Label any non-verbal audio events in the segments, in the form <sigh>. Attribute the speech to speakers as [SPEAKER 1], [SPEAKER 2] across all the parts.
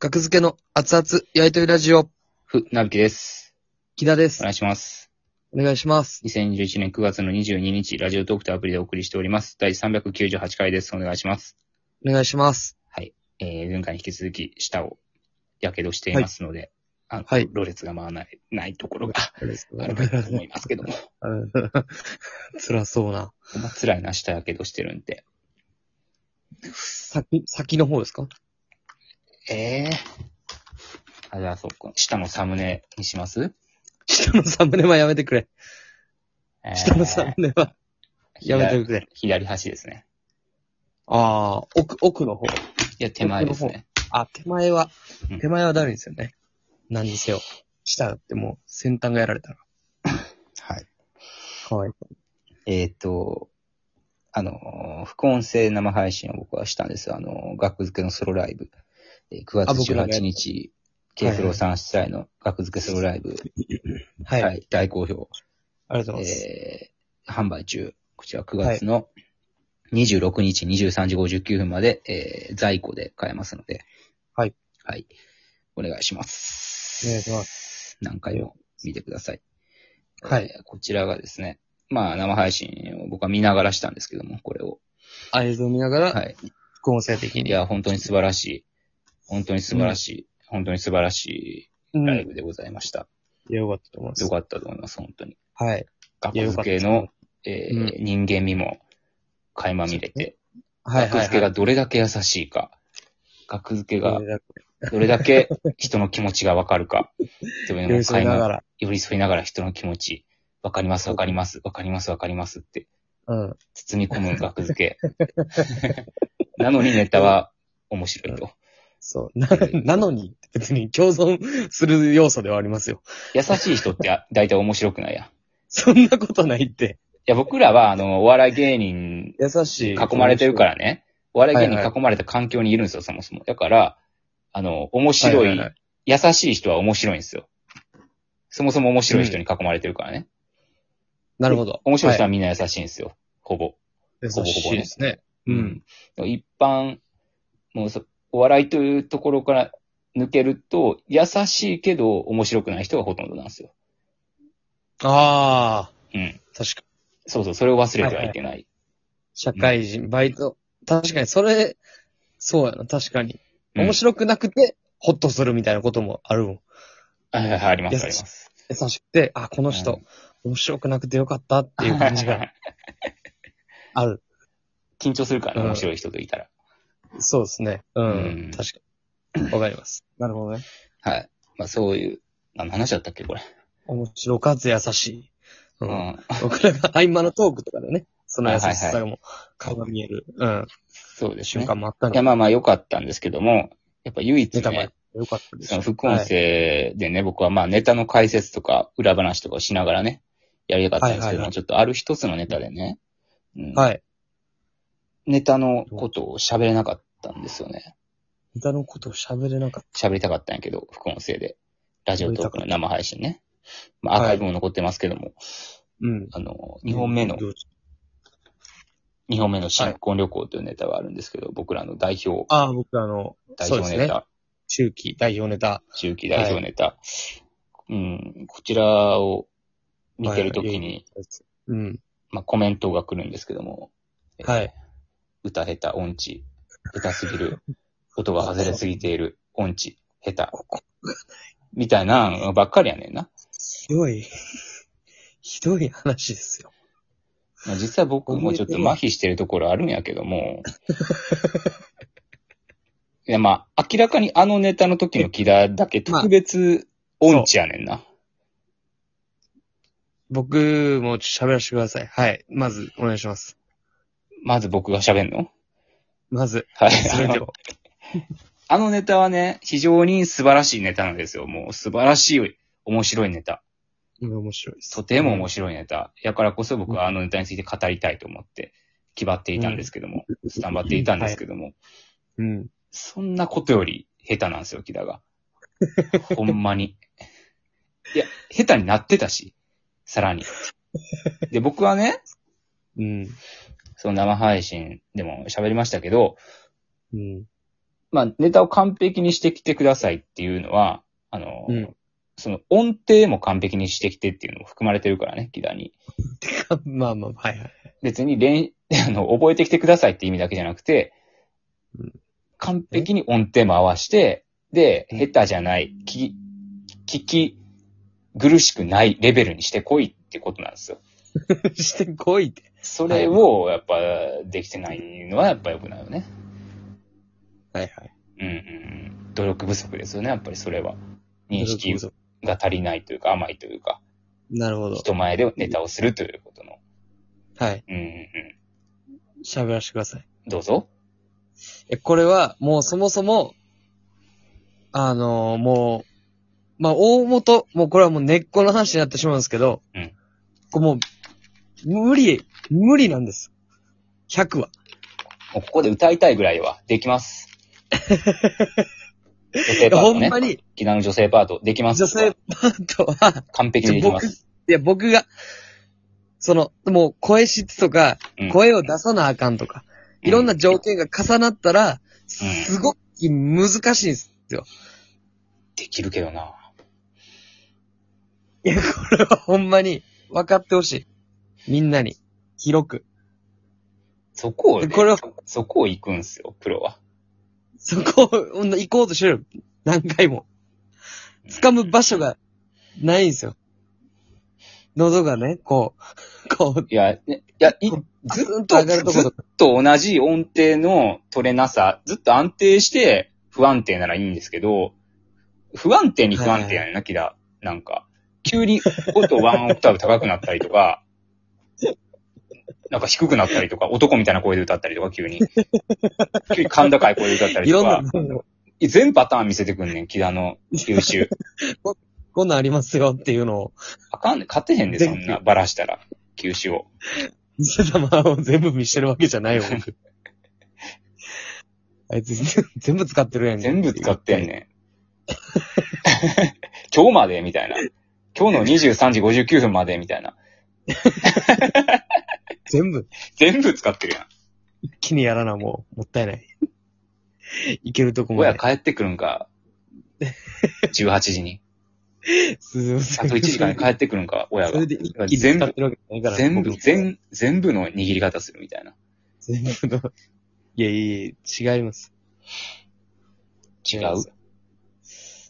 [SPEAKER 1] 学付けの熱々やりとりラジオ、
[SPEAKER 2] ふ、なびきです。
[SPEAKER 1] 木田で
[SPEAKER 2] お
[SPEAKER 1] す。
[SPEAKER 2] 願いします。
[SPEAKER 1] お願いします。
[SPEAKER 2] 2021年9月の22日、ラジオトークとアプリでお送りしております。第398回です。お願いします。
[SPEAKER 1] お願いします。
[SPEAKER 2] えー、前回に引き続き、舌を、やけどしていますので、あの、
[SPEAKER 1] はい
[SPEAKER 2] ろれつが回らない、ないところが、あるかと思
[SPEAKER 1] う
[SPEAKER 2] いますけども。
[SPEAKER 1] ん <laughs> 辛そうな。
[SPEAKER 2] ほんま辛いな、舌やけどしてるんで。
[SPEAKER 1] 先、先の方ですか
[SPEAKER 2] ええあ、じゃあ、そっか。舌のサムネにします
[SPEAKER 1] 下のサムネはやめてくれ。
[SPEAKER 2] えー
[SPEAKER 1] 下のサムネはやめてくれ。
[SPEAKER 2] 左端ですね。
[SPEAKER 1] ああ、奥、奥の方。
[SPEAKER 2] いや、手前ですね。
[SPEAKER 1] あ、手前は
[SPEAKER 2] う、ん
[SPEAKER 1] 手前はダメですよね。何にせよ。下ってもう先端がやられたら。
[SPEAKER 2] はい。
[SPEAKER 1] かわいい。
[SPEAKER 2] えーっ、と、あのー、副音声生配信を僕はしたんですよ。あのー、学付けのソロライブ。えー9
[SPEAKER 1] あ
[SPEAKER 2] 月
[SPEAKER 1] 僕らがやっ
[SPEAKER 2] 18日、ケイフローさん主催の学付けソロライブ。
[SPEAKER 1] はい。
[SPEAKER 2] はい、大好評。
[SPEAKER 1] ありがとうございます。
[SPEAKER 2] えー販売中。こちら9月の26日23時59分まで、えー在庫で買えますので。
[SPEAKER 1] はい。
[SPEAKER 2] はい。お願いします。。
[SPEAKER 1] お願いします
[SPEAKER 2] 何回も見てください。
[SPEAKER 1] はい
[SPEAKER 2] えーこちらがですね、まあ生配信を僕は見ながらしたんですけども、これを。
[SPEAKER 1] あ映像を見ながら、
[SPEAKER 2] はい。
[SPEAKER 1] 副音声的
[SPEAKER 2] い
[SPEAKER 1] に。
[SPEAKER 2] や、本当に素晴らしい。本当に素晴らしい。本当に素晴らし
[SPEAKER 1] う
[SPEAKER 2] い
[SPEAKER 1] ん
[SPEAKER 2] ライブでございました。
[SPEAKER 1] いやよかったと思います
[SPEAKER 2] よ。かったと思います、本当に。
[SPEAKER 1] はい。いや
[SPEAKER 2] 学
[SPEAKER 1] よかっ
[SPEAKER 2] 付
[SPEAKER 1] た
[SPEAKER 2] けの、えー
[SPEAKER 1] う
[SPEAKER 2] 人間味も垣間見れて、
[SPEAKER 1] はい
[SPEAKER 2] 学
[SPEAKER 1] はい
[SPEAKER 2] 付け
[SPEAKER 1] は
[SPEAKER 2] が
[SPEAKER 1] い。
[SPEAKER 2] どれだけ優しいか、学付けが
[SPEAKER 1] えー
[SPEAKER 2] どれだけ人の気持ちがわかるか、というの
[SPEAKER 1] 寄
[SPEAKER 2] も
[SPEAKER 1] り添
[SPEAKER 2] 垣
[SPEAKER 1] いなが
[SPEAKER 2] 間
[SPEAKER 1] ら。
[SPEAKER 2] 寄り添いながら人の気持ち、わかりますわかります、わかりますわかりますって
[SPEAKER 1] うん。
[SPEAKER 2] 包み込む学付け。 <laughs> なのにネタは面白いと。
[SPEAKER 1] そう。な、なのに、別に共存する要素ではありますよ。 <laughs>
[SPEAKER 2] 優しい人ってあ大体面白くないやん。い
[SPEAKER 1] そんなことないって。
[SPEAKER 2] や、僕らは、あの、お笑い芸人
[SPEAKER 1] 優しい。。
[SPEAKER 2] 囲まれてるかららね。お笑い芸人
[SPEAKER 1] はいは
[SPEAKER 2] に囲まれた環境にいるんですよ、そもそも。だから、あの、面白
[SPEAKER 1] はい
[SPEAKER 2] い
[SPEAKER 1] はいはい、
[SPEAKER 2] 優しい人は面白いんですよ。そもそも面白い人に囲まれてるからね。
[SPEAKER 1] なるほど。
[SPEAKER 2] 面白い人は
[SPEAKER 1] は
[SPEAKER 2] みんな優しいんですよ。ほぼ。
[SPEAKER 1] 優
[SPEAKER 2] ほぼ
[SPEAKER 1] しいですね。う。
[SPEAKER 2] うんん。一般、もうそ、お笑いというところから抜けると、優しいけど面白くない人がほとんどなんですよ。
[SPEAKER 1] ああ、
[SPEAKER 2] うん。
[SPEAKER 1] 確かに。
[SPEAKER 2] そうそう、それを忘れてはいけない。
[SPEAKER 1] 社会人、バイト。確かに、それ、そうやな、確かに。
[SPEAKER 2] うん
[SPEAKER 1] 面白くなくて、ホッとするみたいなこともあるもん。
[SPEAKER 2] はいはいはい、あります、あ
[SPEAKER 1] 優
[SPEAKER 2] り
[SPEAKER 1] しい
[SPEAKER 2] ます。
[SPEAKER 1] 優しくて、あ、この
[SPEAKER 2] う
[SPEAKER 1] 人
[SPEAKER 2] ん、
[SPEAKER 1] 面白くなくてよかったっていう感じがある。
[SPEAKER 2] <laughs> 緊張するからね、
[SPEAKER 1] うん
[SPEAKER 2] 面白い人といたら。
[SPEAKER 1] そうですね。う
[SPEAKER 2] うん
[SPEAKER 1] ん。確かに。わかります。なるほどね。
[SPEAKER 2] はい。まあそういう、何の話だったっけ、これ。
[SPEAKER 1] 面白かつ優しい。う。
[SPEAKER 2] うんん。
[SPEAKER 1] 僕らが合間のトークとかでね、その優し
[SPEAKER 2] はいは
[SPEAKER 1] さも顔が見える、うん、
[SPEAKER 2] そうですね
[SPEAKER 1] 瞬。間もあったん
[SPEAKER 2] い
[SPEAKER 1] で、
[SPEAKER 2] や、まあまあ良かったんですけども、やっぱ唯一
[SPEAKER 1] ネタも
[SPEAKER 2] ね、
[SPEAKER 1] よかったで
[SPEAKER 2] そ
[SPEAKER 1] す
[SPEAKER 2] の。副音声でね、僕はまあネタの解説とか裏話とかをしながらね、やりたかったんですけど
[SPEAKER 1] はいはいは
[SPEAKER 2] も、
[SPEAKER 1] い
[SPEAKER 2] ちょっとある一つのネタでね、うん
[SPEAKER 1] はい。
[SPEAKER 2] ネタのことを喋れなかったんですよね。
[SPEAKER 1] ネタのことを喋れなかっ
[SPEAKER 2] 喋りたかったんやけど、副音声で。ラジオトークの生配信ね。まあアーカイブも残ってますけども、
[SPEAKER 1] た。うん。
[SPEAKER 2] あの、2本目の、2本目の新婚旅行というネタがあるんですけど、僕らの代表、
[SPEAKER 1] ああ、僕あの、
[SPEAKER 2] 代
[SPEAKER 1] そうです
[SPEAKER 2] 表ネ
[SPEAKER 1] ね
[SPEAKER 2] タ。。
[SPEAKER 1] 中期代表ネタ。
[SPEAKER 2] 中期代表ネタ。うん、こちらを見てるとき
[SPEAKER 1] はい
[SPEAKER 2] に、
[SPEAKER 1] うん。
[SPEAKER 2] まあ、コメントが来るんですけども、えー
[SPEAKER 1] はい。
[SPEAKER 2] 歌下手、音痴、下手すぎる、音が外れすぎている、音痴、下手。みたいなのばっかりやねんな。
[SPEAKER 1] ひどい、 <laughs> ひどい話ですよ。
[SPEAKER 2] まあ、実際僕もちょっと麻痺してるところあるんやけ
[SPEAKER 1] <laughs>
[SPEAKER 2] ども、いやまあ、明らかにあのネタの時の木田だけ特別音痴やねんな。
[SPEAKER 1] 僕も喋らせてください。はい。まず、お願いします。
[SPEAKER 2] まず僕が喋んの
[SPEAKER 1] まず、
[SPEAKER 2] はい。
[SPEAKER 1] 全てを。
[SPEAKER 2] あのネタはね、非常に素晴らしいネタなんですよ。もう素晴らしい、面白いネタ。
[SPEAKER 1] うん <laughs> 面白いです。
[SPEAKER 2] とても面白いネタ。やからこそ僕はあのネタについて語りたいと思って、気張っていたんですけども、スタンバっていたんですけども、
[SPEAKER 1] うん。
[SPEAKER 2] そんなことより下手なんですよ、木田が。ほんまに。いや、下手になってたし、さらに。で、僕はね、
[SPEAKER 1] うん。
[SPEAKER 2] その生配信でも喋りましたけど、
[SPEAKER 1] うん。
[SPEAKER 2] まあ、ネタを完璧にしてきてくださいっていうのは、あの、
[SPEAKER 1] うん <laughs>
[SPEAKER 2] その音程も完璧にしてきてっていうのも含まれてるからね、木田に。
[SPEAKER 1] まあまあ、はいはい。
[SPEAKER 2] 別に練、 <laughs> あの、覚えてきてくださいって意味だけじゃなくて
[SPEAKER 1] うん、
[SPEAKER 2] 完璧に音程も合わして、で、
[SPEAKER 1] うん
[SPEAKER 2] 下手じゃない、聞き、聞き苦しくないレベルにしてこいってことなんですよ。
[SPEAKER 1] してこいって。
[SPEAKER 2] それを、やっぱ、できてないのはやっぱ良くないよね。
[SPEAKER 1] はいはい。
[SPEAKER 2] うんうんうん。努力不足ですよね、やっぱりそれは。認識が足りないというか、甘いというか、
[SPEAKER 1] なるほど。
[SPEAKER 2] 人前でネタをするということの。
[SPEAKER 1] はい。
[SPEAKER 2] うんうんう
[SPEAKER 1] 喋らせてください。
[SPEAKER 2] ん。どうぞ。
[SPEAKER 1] え、これは、もうそもそも、あのーもう、まあ、大元、もうこれはもう根っこの話になってしまうんですけど、
[SPEAKER 2] うん
[SPEAKER 1] これもう、無理、無理なんです。100は。
[SPEAKER 2] もうここで歌いたいぐらいは、で
[SPEAKER 1] <laughs>
[SPEAKER 2] きます。女性
[SPEAKER 1] い
[SPEAKER 2] パ
[SPEAKER 1] や
[SPEAKER 2] ー
[SPEAKER 1] ほ
[SPEAKER 2] ト
[SPEAKER 1] ん
[SPEAKER 2] ね
[SPEAKER 1] ま。に、
[SPEAKER 2] 木田の女性パート、できます。
[SPEAKER 1] 女性パートは、
[SPEAKER 2] 完璧にできま
[SPEAKER 1] 僕、い
[SPEAKER 2] す。
[SPEAKER 1] や、僕が、その、もう声質とか、
[SPEAKER 2] うん
[SPEAKER 1] 声を出さなあかんとか、いろんな条件が重なったら、すごく難しいんです <laughs> よ。
[SPEAKER 2] できるけどな。
[SPEAKER 1] いや、これはほんまに分かってほしい。みんなに、広く。
[SPEAKER 2] そこをね、
[SPEAKER 1] これは
[SPEAKER 2] そこを行くんすよ、プロは。
[SPEAKER 1] そこをほんと行こうとしてる。何回も。掴む場所がないんですよ。喉がね、こう、こう、
[SPEAKER 2] いや、ねいや、いず
[SPEAKER 1] ず
[SPEAKER 2] っ
[SPEAKER 1] っと
[SPEAKER 2] と、
[SPEAKER 1] 上がるとこ
[SPEAKER 2] ずっ
[SPEAKER 1] ろ。
[SPEAKER 2] と同じ音程の取れなさ、ずっと安定して不安定ならいいんですけど、不安定に不安定やねんな、木田。なんか、急に音ワンオクターブ高くなったりとか、なんか低くなったりとか、男みたいな声で歌ったりとか、急に。急に甲高い声で歌ったり
[SPEAKER 1] い
[SPEAKER 2] と
[SPEAKER 1] ろん
[SPEAKER 2] か
[SPEAKER 1] な、の、
[SPEAKER 2] 全パターン見せてくんねん、木田の優秀。
[SPEAKER 1] こんなんありますよっていうのを、
[SPEAKER 2] あかんね、勝てへんで、そんな、ばらしたら、球種を。
[SPEAKER 1] 見せたままを全部見してるわけじゃ
[SPEAKER 2] <laughs>
[SPEAKER 1] ないよ、僕あいつ、 <laughs> 全部使ってるやんけ
[SPEAKER 2] 全部使ってん <laughs> ねん。今日までみたいな。今日の23時59分までみたいな。
[SPEAKER 1] 全部、
[SPEAKER 2] 全部使ってるや
[SPEAKER 1] 一気にやらな、もう、もったいない。いけるとこ
[SPEAKER 2] ん。
[SPEAKER 1] ま
[SPEAKER 2] 親
[SPEAKER 1] で。
[SPEAKER 2] 帰ってくるんか。18
[SPEAKER 1] <laughs>
[SPEAKER 2] 時に。
[SPEAKER 1] すす
[SPEAKER 2] あと1時間で帰ってくるんか、親
[SPEAKER 1] そ
[SPEAKER 2] が
[SPEAKER 1] れ。で一気に使ってるわけじゃないから。
[SPEAKER 2] 全部、
[SPEAKER 1] 僕
[SPEAKER 2] 全、全部の握り方するみたいな。
[SPEAKER 1] 全部の。いやいやいや、違います。違
[SPEAKER 2] 違
[SPEAKER 1] いうます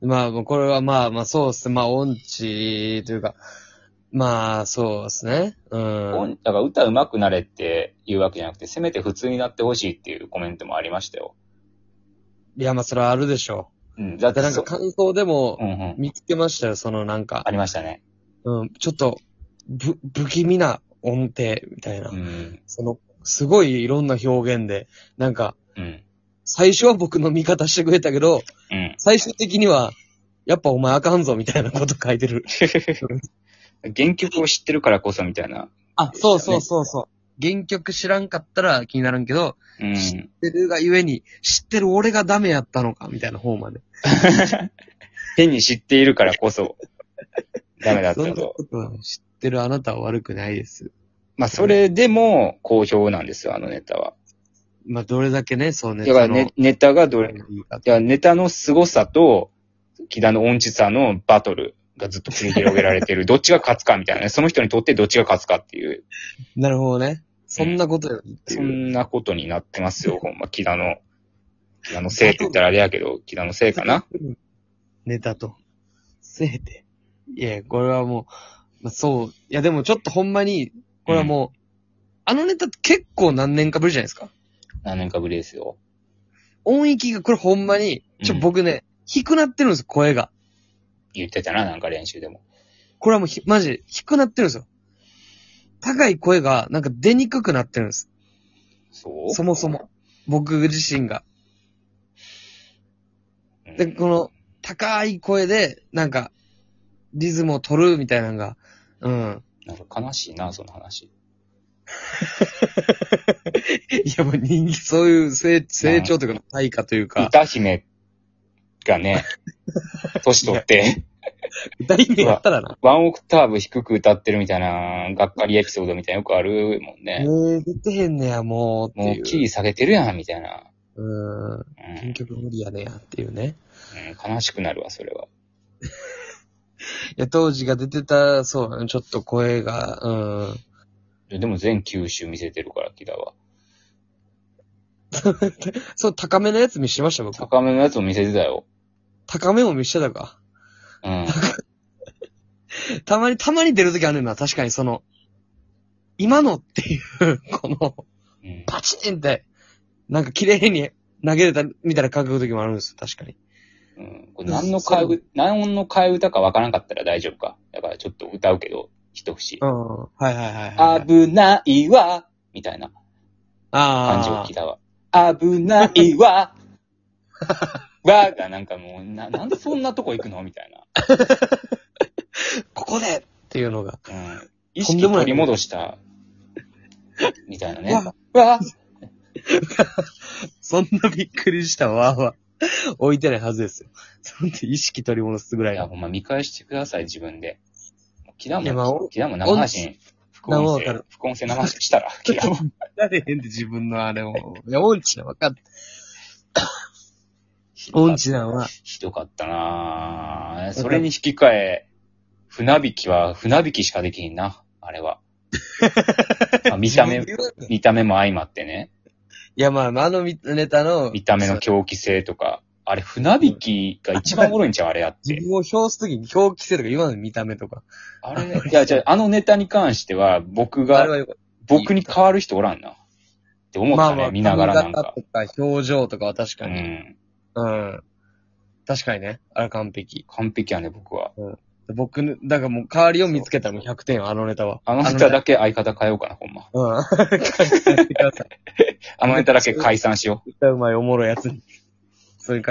[SPEAKER 1] まあ、もうこれはまあまあそうっすね。まあ、音痴というか、まあ、そうですね。うん。
[SPEAKER 2] 音だから歌上手くなれっていうわけじゃなくて、せめて普通になってほしいっていうコメントもありましたよ。
[SPEAKER 1] いや、まあ、それはあるでしょ
[SPEAKER 2] うん。だ
[SPEAKER 1] う。
[SPEAKER 2] っ
[SPEAKER 1] だ
[SPEAKER 2] て
[SPEAKER 1] ってなんか
[SPEAKER 2] そ、
[SPEAKER 1] 感想でも
[SPEAKER 2] うんうん。
[SPEAKER 1] 見つけましたよ、そのなんか
[SPEAKER 2] あ、りましたね。
[SPEAKER 1] うん、ちょっと、ぶ、不気味な音程みたいな
[SPEAKER 2] う。ん。
[SPEAKER 1] その、すごいいろんな表現で、なんか、
[SPEAKER 2] うん。
[SPEAKER 1] 最初は僕の味方してくれたけど、
[SPEAKER 2] うん。
[SPEAKER 1] 最終的には、やっぱお前あかんぞ、みたいなこと書いてる。
[SPEAKER 2] 原曲を知ってるからこそみたいな。
[SPEAKER 1] あ、そうそうそうそう。原曲知らんかったら気になるんけど、
[SPEAKER 2] う
[SPEAKER 1] 知っ
[SPEAKER 2] ん。
[SPEAKER 1] てるがゆえに、知ってる俺がダメやったのか、みたいな方まで。
[SPEAKER 2] 変に知っているからこそ、ダメだった
[SPEAKER 1] <laughs> そんな
[SPEAKER 2] と
[SPEAKER 1] こ。とは知ってるあなたは悪くないです。
[SPEAKER 2] まあ、それでも好評なんですよ、あのネタは。
[SPEAKER 1] まあ、どれだけね、そうね。
[SPEAKER 2] だからね、ネタがどれ、い
[SPEAKER 1] その、
[SPEAKER 2] や、ネタの凄さと、木田の音痴さのバトルがずっと繰り広げら
[SPEAKER 1] <laughs>
[SPEAKER 2] れてる。どっちが勝つかみたいなね。その人にとってどっちが勝つかっていう、
[SPEAKER 1] なるほどね。そんなことよりって
[SPEAKER 2] そ
[SPEAKER 1] いう。
[SPEAKER 2] んなことになってますよ、ほんま。木田の、木田のせいって言ったらあれやけど、木田のせいかな。
[SPEAKER 1] ネタと。せえて。いや、これはもう、まあ、そう。いや、でもちょっとほんまに、これはもう、あのネタって結構何年かぶりじゃないですか。
[SPEAKER 2] 何年かぶりですよ。
[SPEAKER 1] 音域が、これほんまに、ちょ、
[SPEAKER 2] うん
[SPEAKER 1] 僕ね、低くなってるんですよ、声が。
[SPEAKER 2] 言ってたな、なんか練習でも。
[SPEAKER 1] これはもうひ、マジで低くなってるんですよ。高い声が、なんか出にくくなってるんです。
[SPEAKER 2] そう
[SPEAKER 1] そもそも。僕自身が。
[SPEAKER 2] うん
[SPEAKER 1] で、この、高い声で、なんか、リズムを取るみたいなのが、うん。
[SPEAKER 2] なんか悲しいな、その話。
[SPEAKER 1] いや、もう人間、そういう成成長というか、対価という <laughs> か、
[SPEAKER 2] 歌姫
[SPEAKER 1] <laughs>
[SPEAKER 2] がね、年取って、
[SPEAKER 1] 歌姫やったらな。
[SPEAKER 2] ワンオクターブ低く歌ってるみたいな、がっかりエピソードみたいなよくあるもんね。
[SPEAKER 1] もう出てへんねや、もう、っ
[SPEAKER 2] も
[SPEAKER 1] て
[SPEAKER 2] う
[SPEAKER 1] いう。
[SPEAKER 2] キー下げてるやん、みたいな。
[SPEAKER 1] うーん。
[SPEAKER 2] う
[SPEAKER 1] 結局無理やねやっていうね。
[SPEAKER 2] んうん、悲しくなるわ、それは。
[SPEAKER 1] いや、当時が出てた、そうだね、ちょっと声が、うん。
[SPEAKER 2] でも全九州見せてるから、キダは。
[SPEAKER 1] そう、高めのやつ見してました、僕。
[SPEAKER 2] 高めのやつを見せてたよ。
[SPEAKER 1] 高めも見してたか。
[SPEAKER 2] うん。
[SPEAKER 1] たまに、たまに出るときあるねんな、確かにその、今のっていう、 <laughs> この、
[SPEAKER 2] うん、
[SPEAKER 1] パチンって、なんか綺麗に投げれたみたいな感覚の時もあるんですよ、確かに。
[SPEAKER 2] うん、これ何の替え歌、何の替え歌かわからんかったら大丈夫か。だからちょっと歌うけど、一節
[SPEAKER 1] う。ん。はいはいはい、はい。
[SPEAKER 2] 危ないわ、みたいな感じを
[SPEAKER 1] あ
[SPEAKER 2] 聞いたわ。危ないわ、 <laughs> わがなんかもう、な、なんでそんなとこ行くのみたい
[SPEAKER 1] あ、ここでっていうのが。
[SPEAKER 2] な。うん。意
[SPEAKER 1] とん
[SPEAKER 2] 識
[SPEAKER 1] でもない
[SPEAKER 2] 取り戻した、みたいなね。
[SPEAKER 1] わ
[SPEAKER 2] わ
[SPEAKER 1] そんなびっくりしたわーは、置いてないはずですよ。そんで意識取り戻すぐら
[SPEAKER 2] い
[SPEAKER 1] い
[SPEAKER 2] や、
[SPEAKER 1] の。
[SPEAKER 2] ほんま見返してください、自分で。キダ
[SPEAKER 1] いやまあ
[SPEAKER 2] も、キダも生配信、副音
[SPEAKER 1] 生わか
[SPEAKER 2] 声
[SPEAKER 1] る、
[SPEAKER 2] 副音声生配信したら、キダも。
[SPEAKER 1] やれへんで自分のあれを。いや、音痴は分かって。音痴なんは、
[SPEAKER 2] ひどかったなぁ。それに引き換え、船引きは船引きしかできひんな、あ
[SPEAKER 1] <laughs>
[SPEAKER 2] れは。まあ見た目
[SPEAKER 1] 自、分で言う
[SPEAKER 2] 見た目も相まってね。
[SPEAKER 1] いや、まあ、あのみネタの、
[SPEAKER 2] 見た目の狂気性とか。あれ、船引きが一番おもろいんちゃうあれやっ
[SPEAKER 1] 自
[SPEAKER 2] て。
[SPEAKER 1] 分を表すときに表記せとか言わない見た目とか。
[SPEAKER 2] あれ、いや、じゃあ、あのネタに関しては、僕
[SPEAKER 1] あれ
[SPEAKER 2] が、
[SPEAKER 1] はよかっ
[SPEAKER 2] 僕に変わる人おらんな。って思
[SPEAKER 1] た。
[SPEAKER 2] ったね、見ながらなんか。
[SPEAKER 1] 髪型とか表情とかは確
[SPEAKER 2] う
[SPEAKER 1] かに。
[SPEAKER 2] ん。
[SPEAKER 1] うん。確かにね。あれ完璧。
[SPEAKER 2] 完璧やね、僕は。
[SPEAKER 1] 僕の、だからもう代わりを見つけたらもう100点よあのネタは。
[SPEAKER 2] あのネタだけ相方変えようかな、ほんま。
[SPEAKER 1] うん。解説してください
[SPEAKER 2] あのネタだけ解散しよう。
[SPEAKER 1] 絶対うまいおもろいやつに。そういう感じ